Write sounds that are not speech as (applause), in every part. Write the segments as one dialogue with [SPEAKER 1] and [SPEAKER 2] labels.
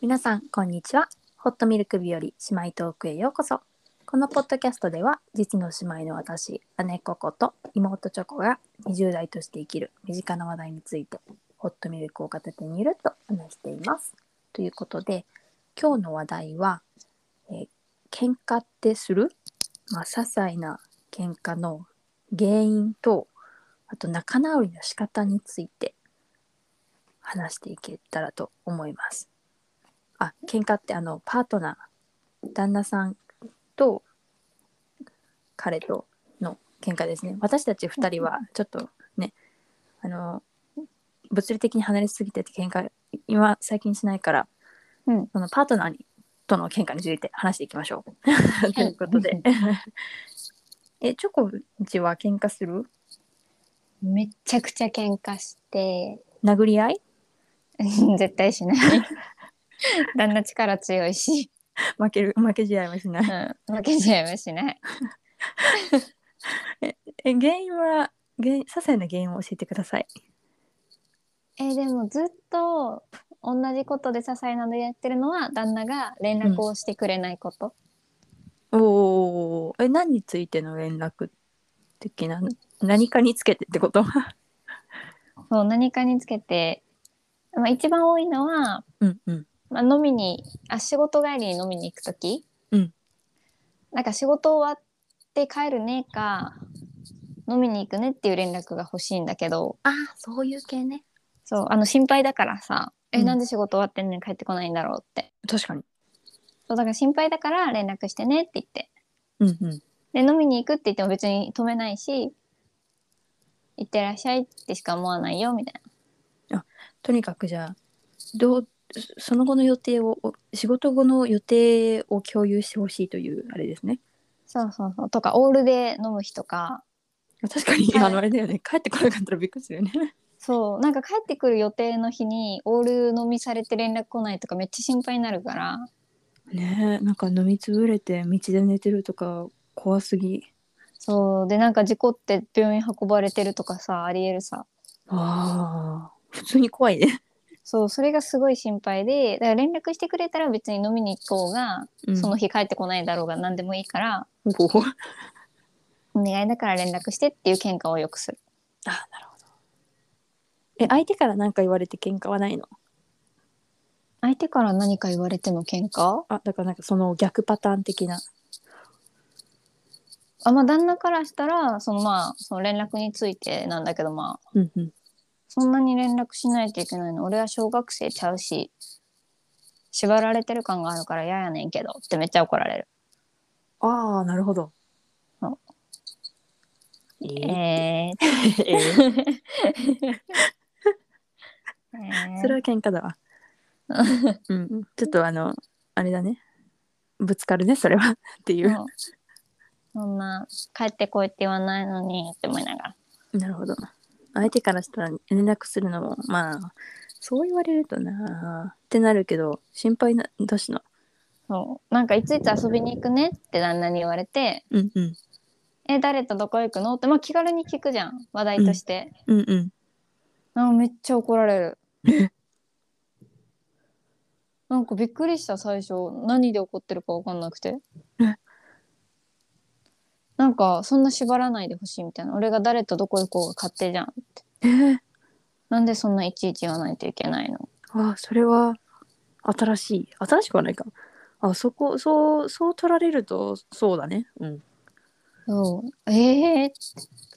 [SPEAKER 1] 皆さんこんにちはホットミルク日和姉妹トークへようこそこのポッドキャストでは実の姉妹の私姉ココと妹チョコが20代として生きる身近な話題についてホットミルクを片手にゆるっと話していますということで今日の話題は、えー喧嘩ってする、まあ、些細な喧嘩の原因とあと仲直りの仕方について話していけたらと思いますあ喧嘩ってあのパートナー旦那さんと彼との喧嘩ですね私たち2人はちょっとねあの物理的に離れすぎてて喧嘩今最近しないから、
[SPEAKER 2] うん
[SPEAKER 1] そのパートナーにとの喧嘩について話していきましょう。(laughs)
[SPEAKER 2] い
[SPEAKER 1] ということでえチョコんちは喧嘩する
[SPEAKER 2] めちゃくちゃ喧嘩
[SPEAKER 1] (laughs)
[SPEAKER 2] して、
[SPEAKER 1] 殴り合い
[SPEAKER 2] 絶対
[SPEAKER 1] (laughs)
[SPEAKER 2] しない。旦那力強いし、
[SPEAKER 1] 負ける負け試合はしない。
[SPEAKER 2] う
[SPEAKER 1] (laughs)
[SPEAKER 2] ん、負けちゃいはしない。
[SPEAKER 1] え原因は原因些細な原因を教えてください。
[SPEAKER 2] えーでもずっと同じことで些細なのやってるのは旦那が連絡をしてくれないこと。
[SPEAKER 1] おお、え、何についての連絡的な、何かにつけてってこと
[SPEAKER 2] そう何かにつけて、まあ、一番多いのは、
[SPEAKER 1] (laughs) うんうん。
[SPEAKER 2] まあ、飲みにあ仕事帰りに飲みに行く時、
[SPEAKER 1] うん
[SPEAKER 2] なんか仕事終わって帰るねか飲みに行くねっていう連絡が欲しいんだけど、
[SPEAKER 1] ああ、そういう系ね。
[SPEAKER 2] そうあの心配だからさ「え
[SPEAKER 1] うん
[SPEAKER 2] なんで仕事終わってんのに帰ってこないんだろう」って
[SPEAKER 1] 確かに。
[SPEAKER 2] そうだから心配だから連絡してねって言って
[SPEAKER 1] うんうん。
[SPEAKER 2] で飲みに行くって言っても別に止めないし「行ってらっしゃい」ってしか思わないよみたい
[SPEAKER 1] とにかくじゃあ、どう、その後の予定を、お仕事後の予定を共有してほしいというあれですね。
[SPEAKER 2] なそうそうそうとかオールで飲む日とか
[SPEAKER 1] 確かに、
[SPEAKER 2] はい
[SPEAKER 1] あのあれだよね。帰ってこなかったらびっくりするよね。
[SPEAKER 2] そうなんか帰ってくる予定の日にオール飲みされて連絡来ないとかめっちゃ心配になるから
[SPEAKER 1] ねえ、なんか飲みつぶれて道で寝てるとか怖すぎ。
[SPEAKER 2] そうでなんか事故って病院運ばれてるとかさありえるさ
[SPEAKER 1] ああ、普通に怖いね。
[SPEAKER 2] そうそれがすごい心配でだから連絡してくれたら別に飲みに行こうが
[SPEAKER 1] うん
[SPEAKER 2] その日帰ってこないだろうが何でもいいから、
[SPEAKER 1] おお
[SPEAKER 2] お願いだから連絡してっていう喧嘩をよくする。
[SPEAKER 1] あなるほど。え相手から何か言われて喧嘩はないの
[SPEAKER 2] 相手から何か言われても喧嘩
[SPEAKER 1] あだからなんかその逆パターン的な。
[SPEAKER 2] あまあ旦那からしたらそのまあその連絡についてなんだけどまあ
[SPEAKER 1] うんうん、
[SPEAKER 2] そんなに連絡しないといけないの俺は小学生ちゃうし縛られてる感があるから嫌やねんけどってめっちゃ怒られる。
[SPEAKER 1] ああなるほど。
[SPEAKER 2] そ
[SPEAKER 1] え
[SPEAKER 2] え
[SPEAKER 1] ー
[SPEAKER 2] ー、
[SPEAKER 1] えー
[SPEAKER 2] えー
[SPEAKER 1] (laughs) それは喧嘩だわ。 (laughs) うん、ちょっとあのあれだねぶつかるねそれは (laughs) っていう。
[SPEAKER 2] うんそんな帰ってこいって言わないのにって思いながら。
[SPEAKER 1] なるほど。相手からしたら連絡するのもまあそう言われるとなーってなるけど心配なだしな。
[SPEAKER 2] そうなんかいついつ遊びに行くねって旦那に言われて
[SPEAKER 1] うんうん
[SPEAKER 2] 「え誰とどこ行くの?」って、まあ、気軽に聞くじゃん話題として、
[SPEAKER 1] うんうん。
[SPEAKER 2] なんかめっちゃ怒られる (laughs) なんかびっくりした最初何で怒ってるか分かんなくて
[SPEAKER 1] え
[SPEAKER 2] なんかそんな縛らないでほしいみたいな俺が誰とどこ行こうが勝手じゃん
[SPEAKER 1] えー、
[SPEAKER 2] なんでそんないちいち言わないといけないの
[SPEAKER 1] あそれは新しい新しくはないかあそこそうそう取られるとそうだねうん
[SPEAKER 2] そうええ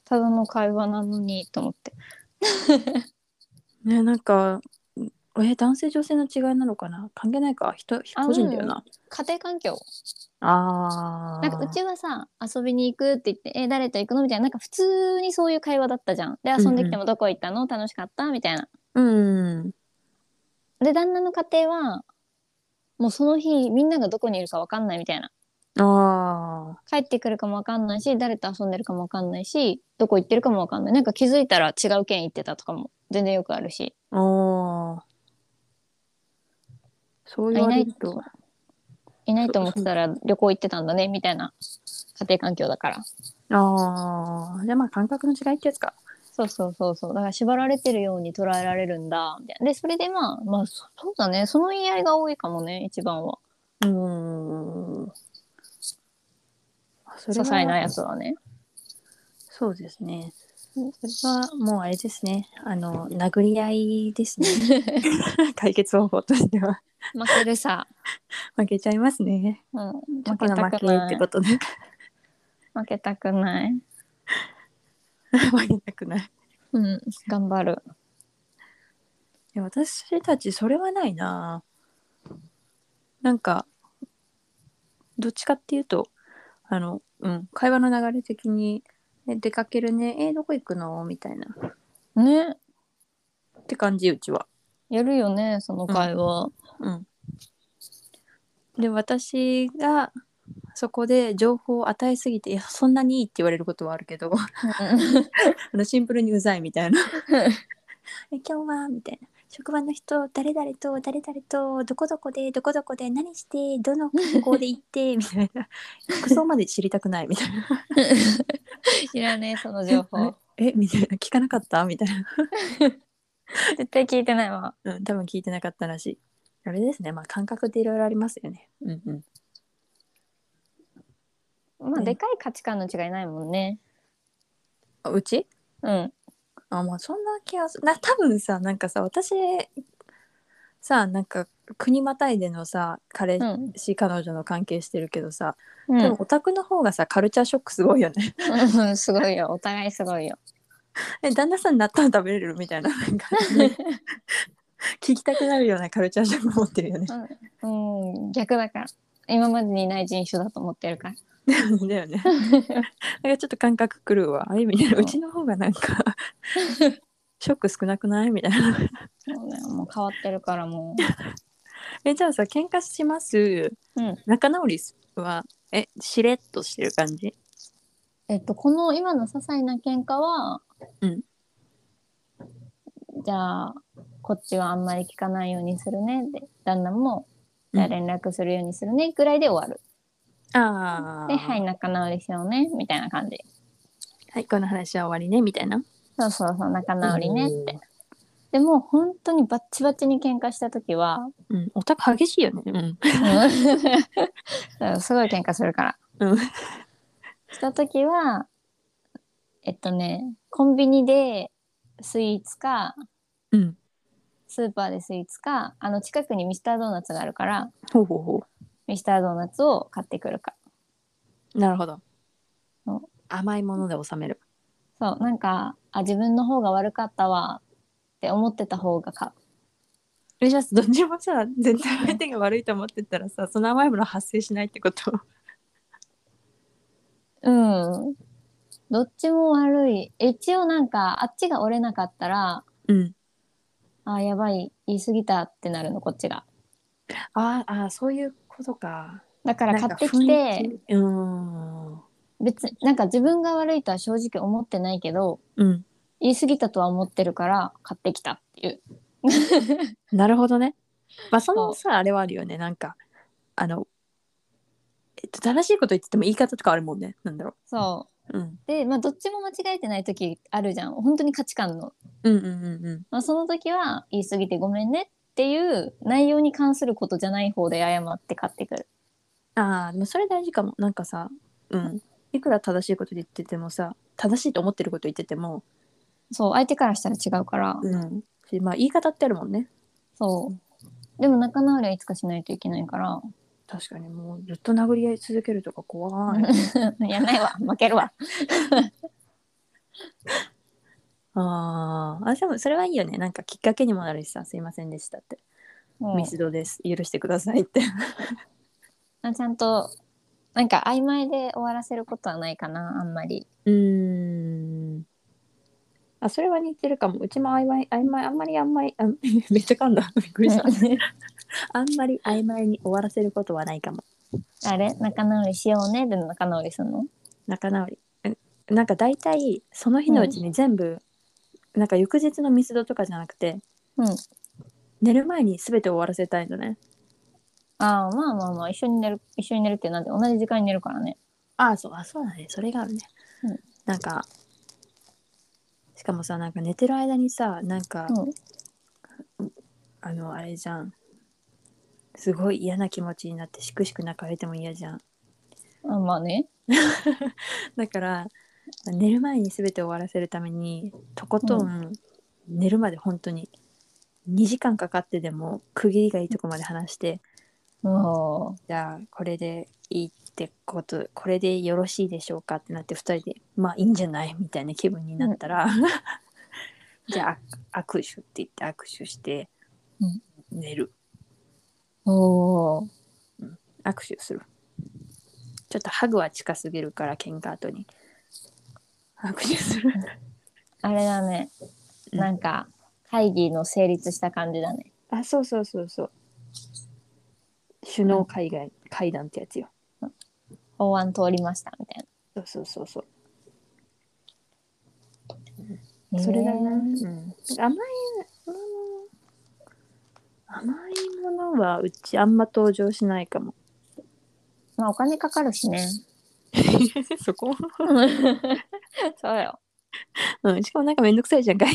[SPEAKER 2] ただの会話なのにと思って
[SPEAKER 1] ねなんかうんえ男性女性の違いなのかな関係ないか人
[SPEAKER 2] あ
[SPEAKER 1] 個人だよな
[SPEAKER 2] 家庭環境
[SPEAKER 1] あー
[SPEAKER 2] なんかうちはさ遊びに行くって言って「え誰と行くの?」みたいななんか普通にそういう会話だったじゃん。で
[SPEAKER 1] んうん
[SPEAKER 2] 遊んできても「どこ行ったの楽しかった?」みたいな。
[SPEAKER 1] うん
[SPEAKER 2] で旦那の家庭はもうその日みんながどこにいるか分かんないみたいな。
[SPEAKER 1] あ
[SPEAKER 2] 帰ってくるかも分かんないし誰と遊んでるかも分かんないしどこ行ってるかも分かんない。なんか気づいたら違う県行ってたとかも全然よくあるし。
[SPEAKER 1] ーあーそう
[SPEAKER 2] あ
[SPEAKER 1] 言
[SPEAKER 2] い
[SPEAKER 1] わ
[SPEAKER 2] な
[SPEAKER 1] れ
[SPEAKER 2] い
[SPEAKER 1] ると
[SPEAKER 2] といないと思ってたら旅行行ってたんだねみたいな家庭環境だから。
[SPEAKER 1] ああじゃあまあ感覚の違いってやつか
[SPEAKER 2] そうそうそうそうだから縛られてるように捉えられるんだみたいなでそれでまあまあそそうだねその言い合いが多いかもね一番は
[SPEAKER 1] うーん。そ
[SPEAKER 2] 些
[SPEAKER 1] れは
[SPEAKER 2] 細なやつはね
[SPEAKER 1] そうですね。それはもうあれですね。あの、殴り合いですね。 (laughs) 解決方法としては。
[SPEAKER 2] 負けるさ、
[SPEAKER 1] 負けちゃいますね。
[SPEAKER 2] うん、
[SPEAKER 1] だか
[SPEAKER 2] 負け
[SPEAKER 1] ら
[SPEAKER 2] た
[SPEAKER 1] 負
[SPEAKER 2] く
[SPEAKER 1] けっ
[SPEAKER 2] な
[SPEAKER 1] て
[SPEAKER 2] い
[SPEAKER 1] ことで。
[SPEAKER 2] 負けたくない、
[SPEAKER 1] 負けたくない。
[SPEAKER 2] うん、頑張る
[SPEAKER 1] いや私たちそれはないな。なんか、どっちかっていうと、あの、うん、会話の流れ的に、ね、出かけるね、えーどこ行くのみたいな。っ
[SPEAKER 2] ね
[SPEAKER 1] て感じ、うちは。
[SPEAKER 2] やるよねその会話、
[SPEAKER 1] うん、で私がそこで情報を与えすぎて「いやそんなにいい」って言われることはあるけど (laughs)
[SPEAKER 2] (laughs)
[SPEAKER 1] あのシンプルにうざいみたいな (laughs) 「え今日は」みたいな「職場の人誰々と誰々とどこどこでどこどこで何してどの学校で行 (laughs) って」みたいな服装まで知りたくないみたいな
[SPEAKER 2] 知らねえその情 (laughs) 報
[SPEAKER 1] (laughs) えみたいな聞かなかったみたい
[SPEAKER 2] 絶対聞いてないわ
[SPEAKER 1] な、うん、多分聞いてなかったらしいあれですねまあ感覚っていろいろありますよねうんうん
[SPEAKER 2] まあ
[SPEAKER 1] ね
[SPEAKER 2] でかい価値観の違いないもんね
[SPEAKER 1] あうち
[SPEAKER 2] うん
[SPEAKER 1] あまあそんな気がするな多分さなんかさ私さなんか国またいでのさ彼
[SPEAKER 2] うん
[SPEAKER 1] 氏、彼女の関係してるけどさ
[SPEAKER 2] う
[SPEAKER 1] 多分
[SPEAKER 2] ん
[SPEAKER 1] オタクの方がさカルチャーショックすごいよね (laughs)
[SPEAKER 2] うん、 (laughs) すごいよお互いすごいよ
[SPEAKER 1] え旦那さん納豆食べれるみたいななんか
[SPEAKER 2] (laughs)
[SPEAKER 1] 聞きたくなるようなカルチャーショック持ってるよね
[SPEAKER 2] うん逆だから今までにない人種だと思ってるから
[SPEAKER 1] だよねなんかちょっと感覚狂うわあれみたいなうちの方がなん
[SPEAKER 2] (laughs)
[SPEAKER 1] かショック少なくないみたいな
[SPEAKER 2] そうだよもう変わってるからも
[SPEAKER 1] えじゃあさ喧嘩します
[SPEAKER 2] う、うん、
[SPEAKER 1] 仲直りはえしれっとしてる感じ
[SPEAKER 2] (laughs) えっとこの今の些細な喧嘩は、
[SPEAKER 1] うん、
[SPEAKER 2] じゃあこっちはあんまり聞かないようにするねで旦那もじゃあ連絡するようにするねぐらいで終わる、
[SPEAKER 1] ああ。
[SPEAKER 2] ではい仲直りしようねみたいな感じ
[SPEAKER 1] はいこの話は終わりね、みたいな。
[SPEAKER 2] そうそうそう仲直りねって、でも本当にバッチバチに喧嘩した時は、
[SPEAKER 1] うん。オタク激しいよね。うん。
[SPEAKER 2] (laughs) うんすごい喧嘩するから。
[SPEAKER 1] うん
[SPEAKER 2] した時はえっとねコンビニでスイーツか
[SPEAKER 1] うん。
[SPEAKER 2] スーパーでスイーツかあの近くにミスタードーナツがあるから
[SPEAKER 1] ほうほうほ
[SPEAKER 2] ミスタードーナツを買ってくるか
[SPEAKER 1] う。なるほど
[SPEAKER 2] そう。
[SPEAKER 1] 甘いもので収める。
[SPEAKER 2] そうなんかあ自分の方が悪かったわって思ってた方が買う
[SPEAKER 1] えじゃあどっちもさ絶対相手が悪いと思ってたらさその甘いもの発生しないってこと
[SPEAKER 2] うんどっちも悪い一応なんかあっちが折れなかったら
[SPEAKER 1] うん
[SPEAKER 2] あーやばい言い過ぎたってなるのこっちが
[SPEAKER 1] あーあーそういうことか
[SPEAKER 2] だか
[SPEAKER 1] な
[SPEAKER 2] ら
[SPEAKER 1] ん
[SPEAKER 2] 買
[SPEAKER 1] か
[SPEAKER 2] ってきて
[SPEAKER 1] 雰囲気うーん
[SPEAKER 2] 別になんか自分が悪いとは正直思ってないけど
[SPEAKER 1] うん
[SPEAKER 2] 言い過ぎたとは思ってるから買ってきたっていう
[SPEAKER 1] なるほどねまあそのさあれはあるよねなんかあのえっと正しいこと言ってても言い方とかあるもんねなんだろ
[SPEAKER 2] そう
[SPEAKER 1] う、うん、
[SPEAKER 2] でまあどっちも間違えてない時あるじゃん本当に価値観の、
[SPEAKER 1] うんうんうんうん
[SPEAKER 2] まあ、その時は言い過ぎてごめんねっていう内容に関することじゃない方で謝って買ってくる
[SPEAKER 1] ああでもそれ大事かもなんかさうんいくら正しいこと言っててもさ正しいと思ってること言ってても、
[SPEAKER 2] そう相手からしたら違うから、
[SPEAKER 1] うん、しまあ言い方ってあるもんね
[SPEAKER 2] そうでも仲直りはいつかしないといけないから (laughs)
[SPEAKER 1] 確かにもうずっと殴り合い続けるとか怖い
[SPEAKER 2] やんないわ負けるわ
[SPEAKER 1] あーあでもそれはいいよねなんかきっかけにもなるしさ「すいませんでした」って「
[SPEAKER 2] もう
[SPEAKER 1] ミスドです許してください」って
[SPEAKER 2] あちゃんとなんか曖昧で終わらせることはないかなあんまり
[SPEAKER 1] うーんあそれは似てるかもうちも曖昧曖昧あんまりあんまりあ (laughs) めっちゃ噛んだびっくりした (laughs) あんまり曖昧に終わらせることはないかも
[SPEAKER 2] あれ仲直りしようねで仲直りするの
[SPEAKER 1] 仲直りえなんか大体その日のうちに全部、なんか翌日のミスドとかじゃなくて
[SPEAKER 2] うん
[SPEAKER 1] 寝る前に全て終わらせたいのね
[SPEAKER 2] ああまあまあまあ一緒に寝る一緒に寝るってなんで同じ時間に寝るからね
[SPEAKER 1] ああそうあそうだねそれがあるね、
[SPEAKER 2] うん
[SPEAKER 1] なんかしかもさなんか寝てる間にさなんか、
[SPEAKER 2] うん
[SPEAKER 1] あのあれじゃんすごい嫌な気持ちになってしくしく泣かれても嫌じゃん
[SPEAKER 2] あまあね
[SPEAKER 1] だから寝る前に全て終わらせるためにとこと
[SPEAKER 2] うん
[SPEAKER 1] 寝るまで本当に2時間かかってでも区切りがいいとこまで話して、
[SPEAKER 2] も
[SPEAKER 1] じゃあこれでいいってことこれでよろしいでしょうかってなって2人でまあいいんじゃないみたいな気分になったら、 (laughs) じゃあ握手って言って握手して
[SPEAKER 2] うん
[SPEAKER 1] 寝る、
[SPEAKER 2] うおー
[SPEAKER 1] 握手するちょっとハグは近すぎるから喧嘩後に握手する
[SPEAKER 2] あれだね
[SPEAKER 1] うん
[SPEAKER 2] なんか会議の成立した感じだね
[SPEAKER 1] (laughs) あそうそうそうそう首脳会談会談ってやつよ
[SPEAKER 2] 法案通りましたみたい
[SPEAKER 1] そうそうそうそう
[SPEAKER 2] な
[SPEAKER 1] それだ
[SPEAKER 2] ね
[SPEAKER 1] な、うん、甘い甘いものはうちあんま登場しないかも
[SPEAKER 2] まあお金かかる (laughs) しね
[SPEAKER 1] (laughs) そこ、
[SPEAKER 2] そうよ
[SPEAKER 1] (laughs) うん、しかも (laughs) なんかめんどくさいじゃんかい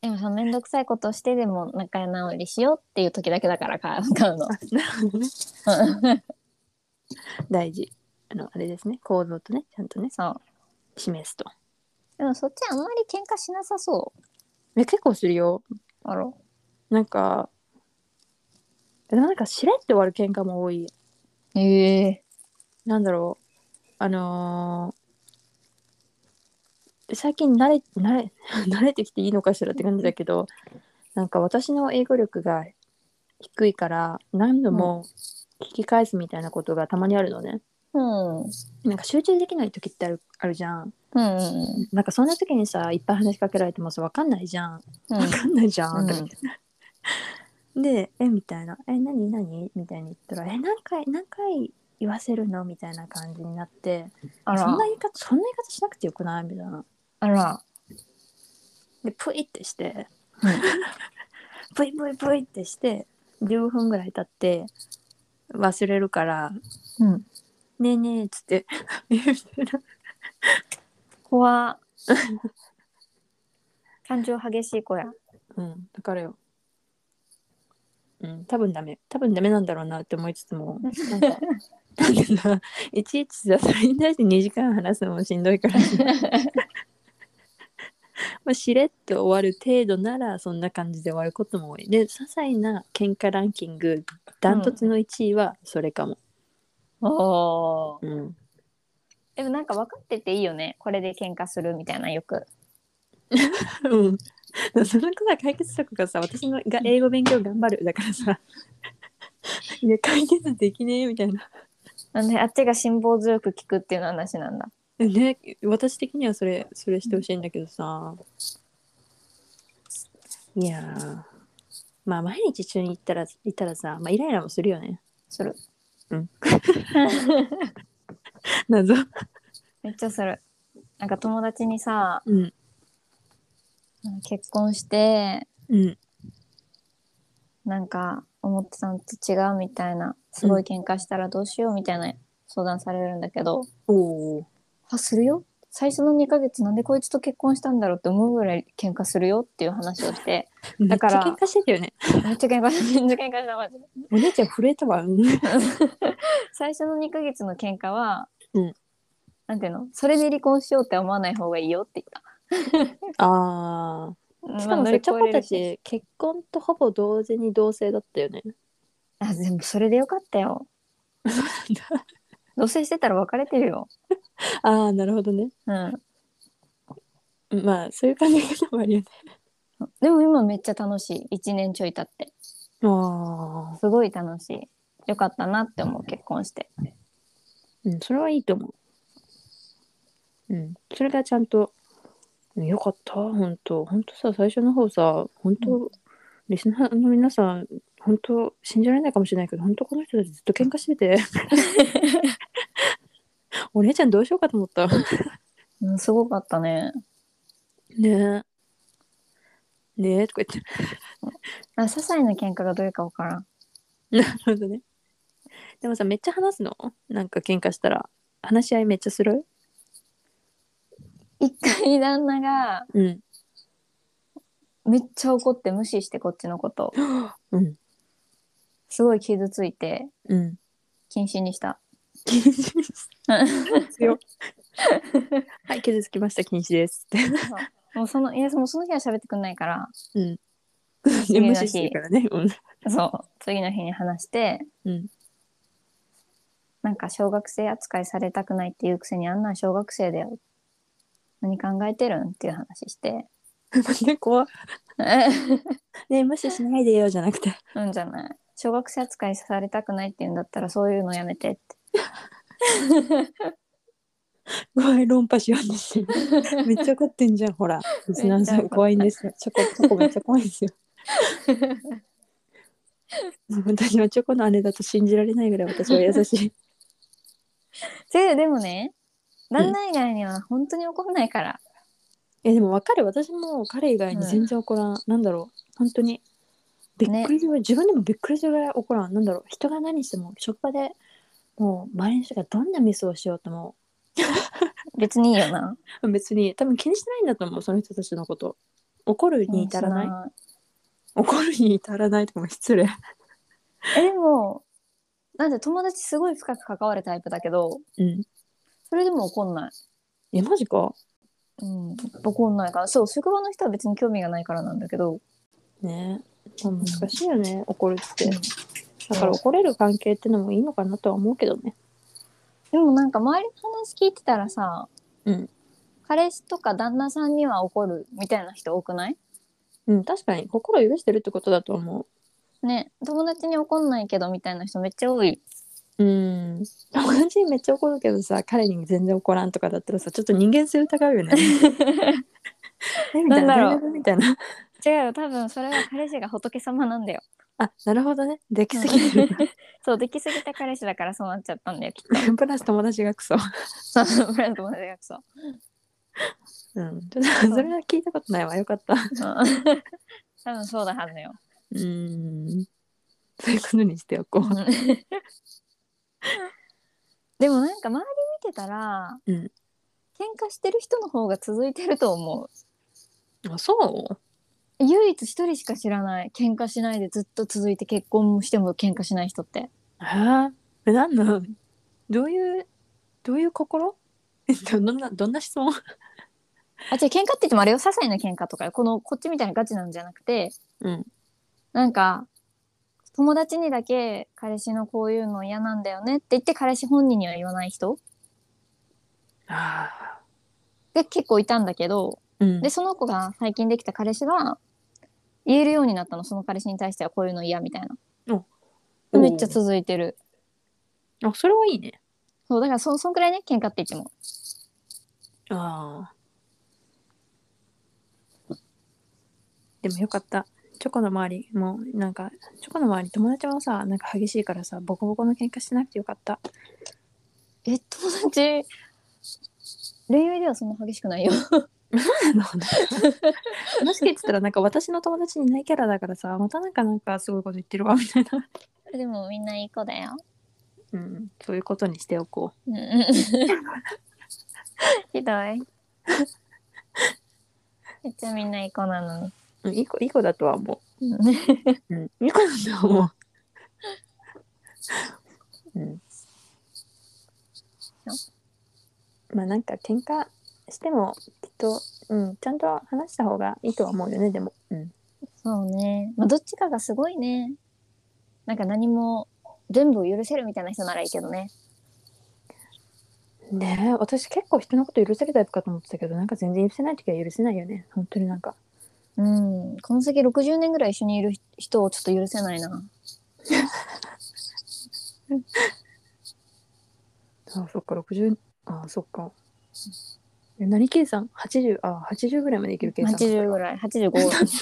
[SPEAKER 2] でもさ面倒くさいことしてでも仲直りしようっていう時だけだから買う買うの
[SPEAKER 1] なるほどね
[SPEAKER 2] うん
[SPEAKER 1] 大事あのあれですね行動とねちゃんとね
[SPEAKER 2] (laughs) そう
[SPEAKER 1] 示すと
[SPEAKER 2] でもそっちあんまり喧嘩しなさそう
[SPEAKER 1] え結構するよ
[SPEAKER 2] あら
[SPEAKER 1] なんかでもなんかしれって終わる喧嘩も多い
[SPEAKER 2] ええ
[SPEAKER 1] なんだろうあのー最近慣れ慣れ (laughs) 慣れてきていいのかしらって感じだけどなんか私の英語力が低いから何度も聞き返すみたいなことがたまにあるのね、
[SPEAKER 2] うんうん
[SPEAKER 1] なんか集中できない時ってあるあるじゃん
[SPEAKER 2] うん
[SPEAKER 1] なんかそんな時にさいっぱい話しかけられてもさ分かんないじゃん
[SPEAKER 2] うん
[SPEAKER 1] 分かんないじゃん、
[SPEAKER 2] うん
[SPEAKER 1] とか言ってで「えみたいな「え何何?」みたいに言ったら「え何回何回言わせるの?」みたいな感じになって
[SPEAKER 2] あ
[SPEAKER 1] そん
[SPEAKER 2] ら
[SPEAKER 1] な言い方そんな言い方しなくてよくないみたいな
[SPEAKER 2] あら
[SPEAKER 1] でプイって
[SPEAKER 2] (laughs)
[SPEAKER 1] して
[SPEAKER 2] う
[SPEAKER 1] プイプイプイってして15分ぐらい経って忘れるから
[SPEAKER 2] うん
[SPEAKER 1] 「ねえねえ」っつって (laughs) 「えみたいな
[SPEAKER 2] 怖っ感情激しい子や
[SPEAKER 1] うんだからようん多分ダメ多分ダメなんだろうなって思いつつもなんかなんかさいちいちさそれに対して2時間話すのもしんどい (laughs) からさまあしれっと終わる程度ならそんな感じで終わることも多いで些細な喧嘩ランキングダントツの1位はそれかも、
[SPEAKER 2] おー
[SPEAKER 1] うん、
[SPEAKER 2] でもなんか分かってていいよねこれで喧嘩するみたいなよく
[SPEAKER 1] うん (laughs) そのくらい解決策がさ私のが英語勉強頑張るだから (laughs) さいや解決できねえみたいな
[SPEAKER 2] なんであっちが辛抱強く聞くっていう話なんだ
[SPEAKER 1] ね私的にはそれそれしてほしいんだけどさいやーまあ毎日一緒に行ったらいたらさ、まあ、イライラもするよね
[SPEAKER 2] する
[SPEAKER 1] 謎
[SPEAKER 2] めっちゃするなんか友達にさ
[SPEAKER 1] うん
[SPEAKER 2] 結婚して
[SPEAKER 1] うん
[SPEAKER 2] なんか思ってたのと違うみたいなすごい喧嘩したらどうしようみたいな相談されるんだけど、
[SPEAKER 1] おお
[SPEAKER 2] あするよ最初の2ヶ月なんでこいつと結婚したんだろうって思うぐらい喧嘩するよっていう話をして
[SPEAKER 1] (laughs) だ
[SPEAKER 2] だ
[SPEAKER 1] か
[SPEAKER 2] からら
[SPEAKER 1] めっちゃ喧嘩してたよね
[SPEAKER 2] めっちゃ喧嘩しためっちゃ喧嘩したマジで
[SPEAKER 1] お姉ちゃん震えたわうん
[SPEAKER 2] 最初の2ヶ月の喧嘩は、
[SPEAKER 1] うん
[SPEAKER 2] なんていうのそれで離婚しようって思わない方がいいよって
[SPEAKER 1] (laughs) あ
[SPEAKER 2] 言
[SPEAKER 1] あ (laughs)
[SPEAKER 2] った
[SPEAKER 1] しかも
[SPEAKER 2] ま
[SPEAKER 1] そ
[SPEAKER 2] あ乗
[SPEAKER 1] れ
[SPEAKER 2] り
[SPEAKER 1] チ
[SPEAKER 2] 越
[SPEAKER 1] ョコ
[SPEAKER 2] えれ
[SPEAKER 1] た
[SPEAKER 2] るし
[SPEAKER 1] ち結婚とほぼ同時に同棲だったよね
[SPEAKER 2] あでもそれでよかったよ同棲してたら別れてるよ
[SPEAKER 1] ああなるほどね
[SPEAKER 2] うん
[SPEAKER 1] まあそういう考え方もあるよね
[SPEAKER 2] でも今めっちゃ楽しい1年ちょい経って
[SPEAKER 1] ああ
[SPEAKER 2] すごい楽しいよかったなって思う結婚して
[SPEAKER 1] うんそれはいいと思ううんそれがちゃんとうんよかった本当本当さ最初の方さ本当、リスナーの皆さん本当信じられないかもしれないけど本当この人たちずっと喧嘩しててお姉ちゃんどうしようかと思った
[SPEAKER 2] うんすごかったね
[SPEAKER 1] ねえねえとか言って
[SPEAKER 2] あ些細な喧嘩がどういうか分からん
[SPEAKER 1] なるほどねでもさめっちゃ話すのなんか喧嘩したら話し合いめっちゃする
[SPEAKER 2] 一回旦那が
[SPEAKER 1] うん。
[SPEAKER 2] めっちゃ怒って無視してこっちのこと
[SPEAKER 1] うん。
[SPEAKER 2] すごい傷ついて
[SPEAKER 1] うん。
[SPEAKER 2] 禁止にした
[SPEAKER 1] (laughs) 禁止です。強。 (laughs) はい、傷つきました。禁止 (laughs) です。って
[SPEAKER 2] もうそのいやもうその日は喋ってくんないから
[SPEAKER 1] うん。
[SPEAKER 2] 次の日
[SPEAKER 1] 無視してるからね。うん。
[SPEAKER 2] そう次の日に話して
[SPEAKER 1] うん。
[SPEAKER 2] なんか小学生扱いされたくないっていうくせにあんなん小学生だよ何考えてるんっていう話して (laughs)
[SPEAKER 1] で、こう、ね、無視し (laughs) ないでよじゃなくて。
[SPEAKER 2] うんじゃない小学生扱いされたくないっていうんだったらそういうのやめてって
[SPEAKER 1] 怖い、論破しようと (laughs) してる。めっちゃ怒ってんじゃん、ほら。リスナーさん怖いんですよ。チョコ、チョコめっちゃ怖いん (laughs) ですよ。私はチョコの姉だと信じられないぐらい私は優しい。
[SPEAKER 2] ででもね旦那以外には本当に怒んないから、
[SPEAKER 1] えでも分かる私も彼以外に全然怒らん、なんだろう本当にびっくりする、自分でもびっくりするぐらい怒らんなんだろう人が何しても職場でもう周りの人がどんなミスをしようとも
[SPEAKER 2] 別にいいよな
[SPEAKER 1] 別に多分気にしてないんだと思うその人たちのこと怒るに至らない、
[SPEAKER 2] うん
[SPEAKER 1] 怒るに至らないとかも失礼
[SPEAKER 2] えでもなんで友達すごい深く関わるタイプだけど
[SPEAKER 1] うん
[SPEAKER 2] それでも怒んない、
[SPEAKER 1] えマジか
[SPEAKER 2] うん、怒んないからそう職場の人は別に興味がないからなんだけど、
[SPEAKER 1] ねまあ難しいよね怒るって、
[SPEAKER 2] うん
[SPEAKER 1] だから怒れる関係ってのもいいのかなとは思うけどね
[SPEAKER 2] でもなんか周りの話聞いてたらさ、
[SPEAKER 1] うん
[SPEAKER 2] 彼氏とか旦那さんには怒るみたいな人多くない
[SPEAKER 1] うん確かに心許してるってことだと思う
[SPEAKER 2] ね友達に怒んないけどみたいな人めっちゃ多い
[SPEAKER 1] うん友達にめっちゃ怒るけどさ彼に全然怒らんとかだったらさちょっと人間性疑うよね。 (laughs) えみたい
[SPEAKER 2] なんだろう
[SPEAKER 1] 大丈夫みたいな。
[SPEAKER 2] 違うよ多分それは彼氏が仏様なんだよ
[SPEAKER 1] あなるほどねできすぎ (laughs) てる。
[SPEAKER 2] そうできすぎた彼氏だからそうなっちゃったんだよきっと
[SPEAKER 1] プラス友達がクソ。
[SPEAKER 2] そう (laughs) ブランドも大学そう
[SPEAKER 1] うん、ちょっとそれは聞いたことないわよかった。
[SPEAKER 2] うん (laughs) 多分そうだはずよ
[SPEAKER 1] うんそういうことにしておこう。
[SPEAKER 2] でもなんか周り見てたら、
[SPEAKER 1] うん
[SPEAKER 2] 喧嘩してる人の方が続いてると思う
[SPEAKER 1] あそう
[SPEAKER 2] 唯一一人しか知らない喧嘩しないでずっと続いて結婚しても喧嘩しない人って
[SPEAKER 1] あえなんだどういうどういう心えどんなどんな質問
[SPEAKER 2] あ違う喧嘩って言ってもあれよ些細な喧嘩とかよこのこっちみたいなガチなんじゃなくて
[SPEAKER 1] うん
[SPEAKER 2] なんか友達にだけ彼氏のこういうの嫌なんだよねって言って彼氏本人には言わない人
[SPEAKER 1] あ
[SPEAKER 2] が結構いたんだけど、
[SPEAKER 1] うん
[SPEAKER 2] でその子が最近できた彼氏が言えるようになったのその彼氏に対してはこういうの嫌みたいな
[SPEAKER 1] お
[SPEAKER 2] めっちゃ続いてる
[SPEAKER 1] あそれはいいね。
[SPEAKER 2] そうだからそそんくらいね喧嘩って言っても
[SPEAKER 1] ああ。でもよかった。チョコの周りもうなんかチョコの周り友達もさなんか激しいからさボコボコの喧嘩してなくてよかった。
[SPEAKER 2] え友達恋愛ではそんな激しくないよ
[SPEAKER 1] 話聞いてたらなんか私の友達にないキャラだからさまたなんかなんかすごいこと言ってるわみたいな。
[SPEAKER 2] でもみんないい子だよ
[SPEAKER 1] うんそういうことにしておこう。
[SPEAKER 2] うんうん (laughs) ひどい (laughs) めっちゃみんないい子なのに
[SPEAKER 1] うん、いい子いい子だとは思
[SPEAKER 2] うん
[SPEAKER 1] う。うん、いい子だとは思う。うん。まあなんか喧嘩してもきっと、うん、ちゃんと話した方がいいとは思うよねでも。うん。
[SPEAKER 2] (laughs) そうね、まあ、どっちかがすごいねなんか何も全部を許せるみたいな人ならいいけどね
[SPEAKER 1] ねえ私結構人のこと許せるタイプかと思ってたけどなんか全然許せない時は許せないよね本当になんか。
[SPEAKER 2] うん、この先60年ぐらい一緒にいる人をちょっと許せないな。
[SPEAKER 1] あそっか60あそっか。え何計算 ?80 あ80ぐらいまでいける計算。
[SPEAKER 2] 80ぐらい、85、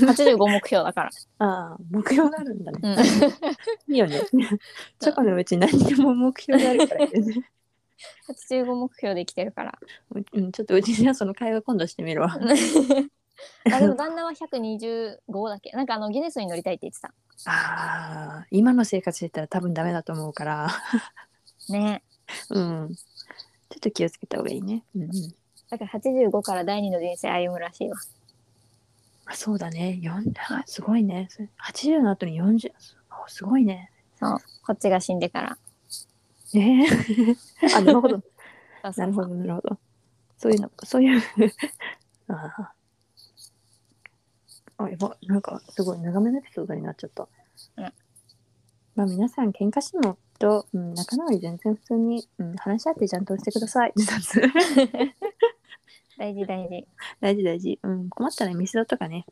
[SPEAKER 2] 85目 (laughs) 標だから。
[SPEAKER 1] ああ目標があるんだね。
[SPEAKER 2] (laughs) うん、
[SPEAKER 1] いいよね。 (laughs) チョコのうち何でも目標があるからいいよね。
[SPEAKER 2] 85目標で生きてる (laughs) から。
[SPEAKER 1] うん、ちょっとうちじゃその会話今度してみるわ。
[SPEAKER 2] あでも旦那は125だっけなんかあのギネスに乗りたいって言ってた。
[SPEAKER 1] ああ、今の生活してたら多分ダメだと思うから、
[SPEAKER 2] ね
[SPEAKER 1] うん。ちょっと気をつけた方がいいね。うんうん。
[SPEAKER 2] だから85から第二の人生歩むらしいわ。
[SPEAKER 1] あそうだね。40あすごいね。それ80の後に40。あすごいね。
[SPEAKER 2] そう。こっちが死んでから。
[SPEAKER 1] ねえ。あ、なるほど。
[SPEAKER 2] そうそ
[SPEAKER 1] な
[SPEAKER 2] う
[SPEAKER 1] るほど、なるほど。そういうの、そう (laughs) いう。ああ。あ、やば、なんか、すごい長めのエピソードになっちゃった。
[SPEAKER 2] うん
[SPEAKER 1] まあ、皆さん、喧嘩しても、と、うん、仲直り全然普通に、うん、話し合ってちゃんとしてください。自殺。 (laughs)
[SPEAKER 2] 大事大事。
[SPEAKER 1] 大事大事。うん、困ったらミスドとかね。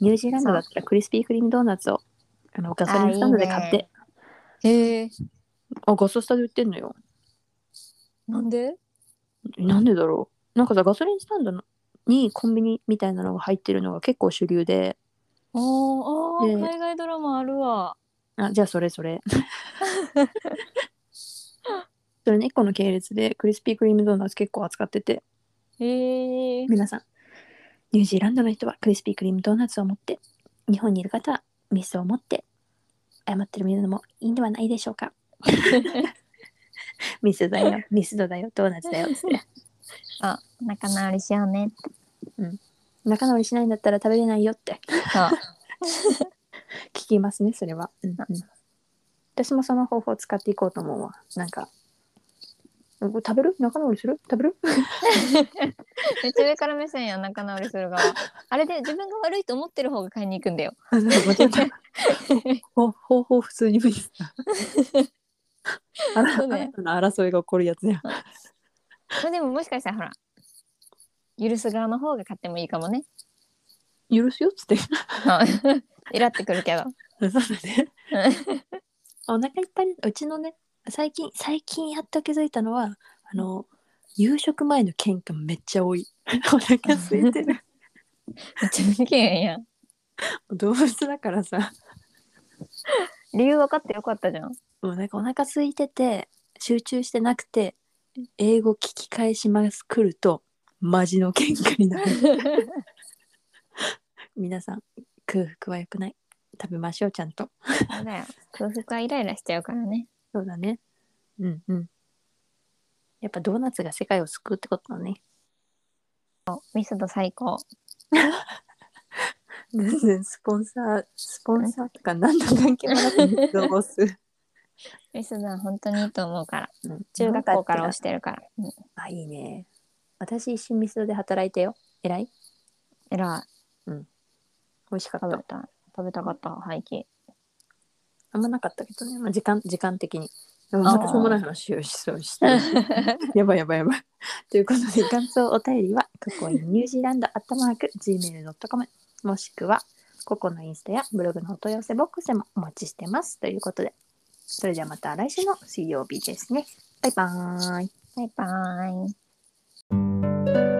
[SPEAKER 1] ニュージーランドだったらクリスピークリームドーナツを、あの、ガソリンスタンドで買って。
[SPEAKER 2] あいいへえ。
[SPEAKER 1] あ、ガソスタで売ってんのよ。
[SPEAKER 2] なんで
[SPEAKER 1] えなんでだろうなんかさガソリンスタンドのにコンビニみたいなのが入ってるのが結構主流で
[SPEAKER 2] おーあ
[SPEAKER 1] で
[SPEAKER 2] ー、海外ドラマあるわ。
[SPEAKER 1] あじゃあそれそれ (laughs) それね1個の系列でクリスピークリームドーナツ結構扱ってて
[SPEAKER 2] へえ。
[SPEAKER 1] 皆さんニュージーランドの人はクリスピークリームドーナツを持って日本にいる方はミスを持って謝ってるみんなもいいんではないでしょうか (laughs) ミスだよミスドだよドーナツだよ
[SPEAKER 2] あ、仲直りしようね。
[SPEAKER 1] 仲直りしないんだったら食べれないよって
[SPEAKER 2] そう。
[SPEAKER 1] 聞きますねそれは、うんうん私もその方法を使っていこうと思うわなんかうん食べる仲直りする食べる
[SPEAKER 2] めっちゃ上から目線やん仲直りする側。あれで自分が悪いと思ってる方が買いに行くんだよ。
[SPEAKER 1] あそう間違えた (laughs) ほ方法普通に無理したあら
[SPEAKER 2] そうだよ
[SPEAKER 1] 新たな争いが起こるやつや
[SPEAKER 2] まあでももしかしたらほら許す側の方が買ってもいいかもね。
[SPEAKER 1] 許すよっつって
[SPEAKER 2] (laughs) イラってくるけど。
[SPEAKER 1] そうだねお腹いっぱいにうちのね最近最近やっと気づいたのはあの夕食前の喧嘩めっちゃ多い (laughs) お腹空いてる
[SPEAKER 2] めっちゃ不機嫌やん。
[SPEAKER 1] 動物だからさ
[SPEAKER 2] 理由分かってよかったじゃん。 (laughs)
[SPEAKER 1] もうなんかお腹空いてて集中してなくて英語聞き返しますくるとマジの喧嘩になる皆さん空腹は良くない食べましょうちゃんと
[SPEAKER 2] そうだよ。空腹はイライラしちゃうからね。
[SPEAKER 1] そうだねうんうんやっぱドーナツが世界を救うってことだね
[SPEAKER 2] ミスド最高。
[SPEAKER 1] 全然スポンサースポンサーとか何の関係もなくどうす
[SPEAKER 2] ミスドは本当にいいと思うから。中学校から推してるから。うん、
[SPEAKER 1] あいいね私一瞬ミスドで働いてよ偉い
[SPEAKER 2] えらい。
[SPEAKER 1] 美味しかった
[SPEAKER 2] 食べた。食べたかった。廃棄。
[SPEAKER 1] あんまなかったけどね、まあ、時間時間的に。でも
[SPEAKER 2] あー
[SPEAKER 1] またしょうもない話をしそう
[SPEAKER 2] (laughs)
[SPEAKER 1] してる。やばいやばいやばい。ということで、感想お便りは、ココインニュージーランドアットマーク Gmail.com もしくは、ココのインスタやブログのお問い合わせボックスでもお待ちしてます。ということで、それではまた来週の水曜日ですね。バイバーイ。
[SPEAKER 2] バイバーイ。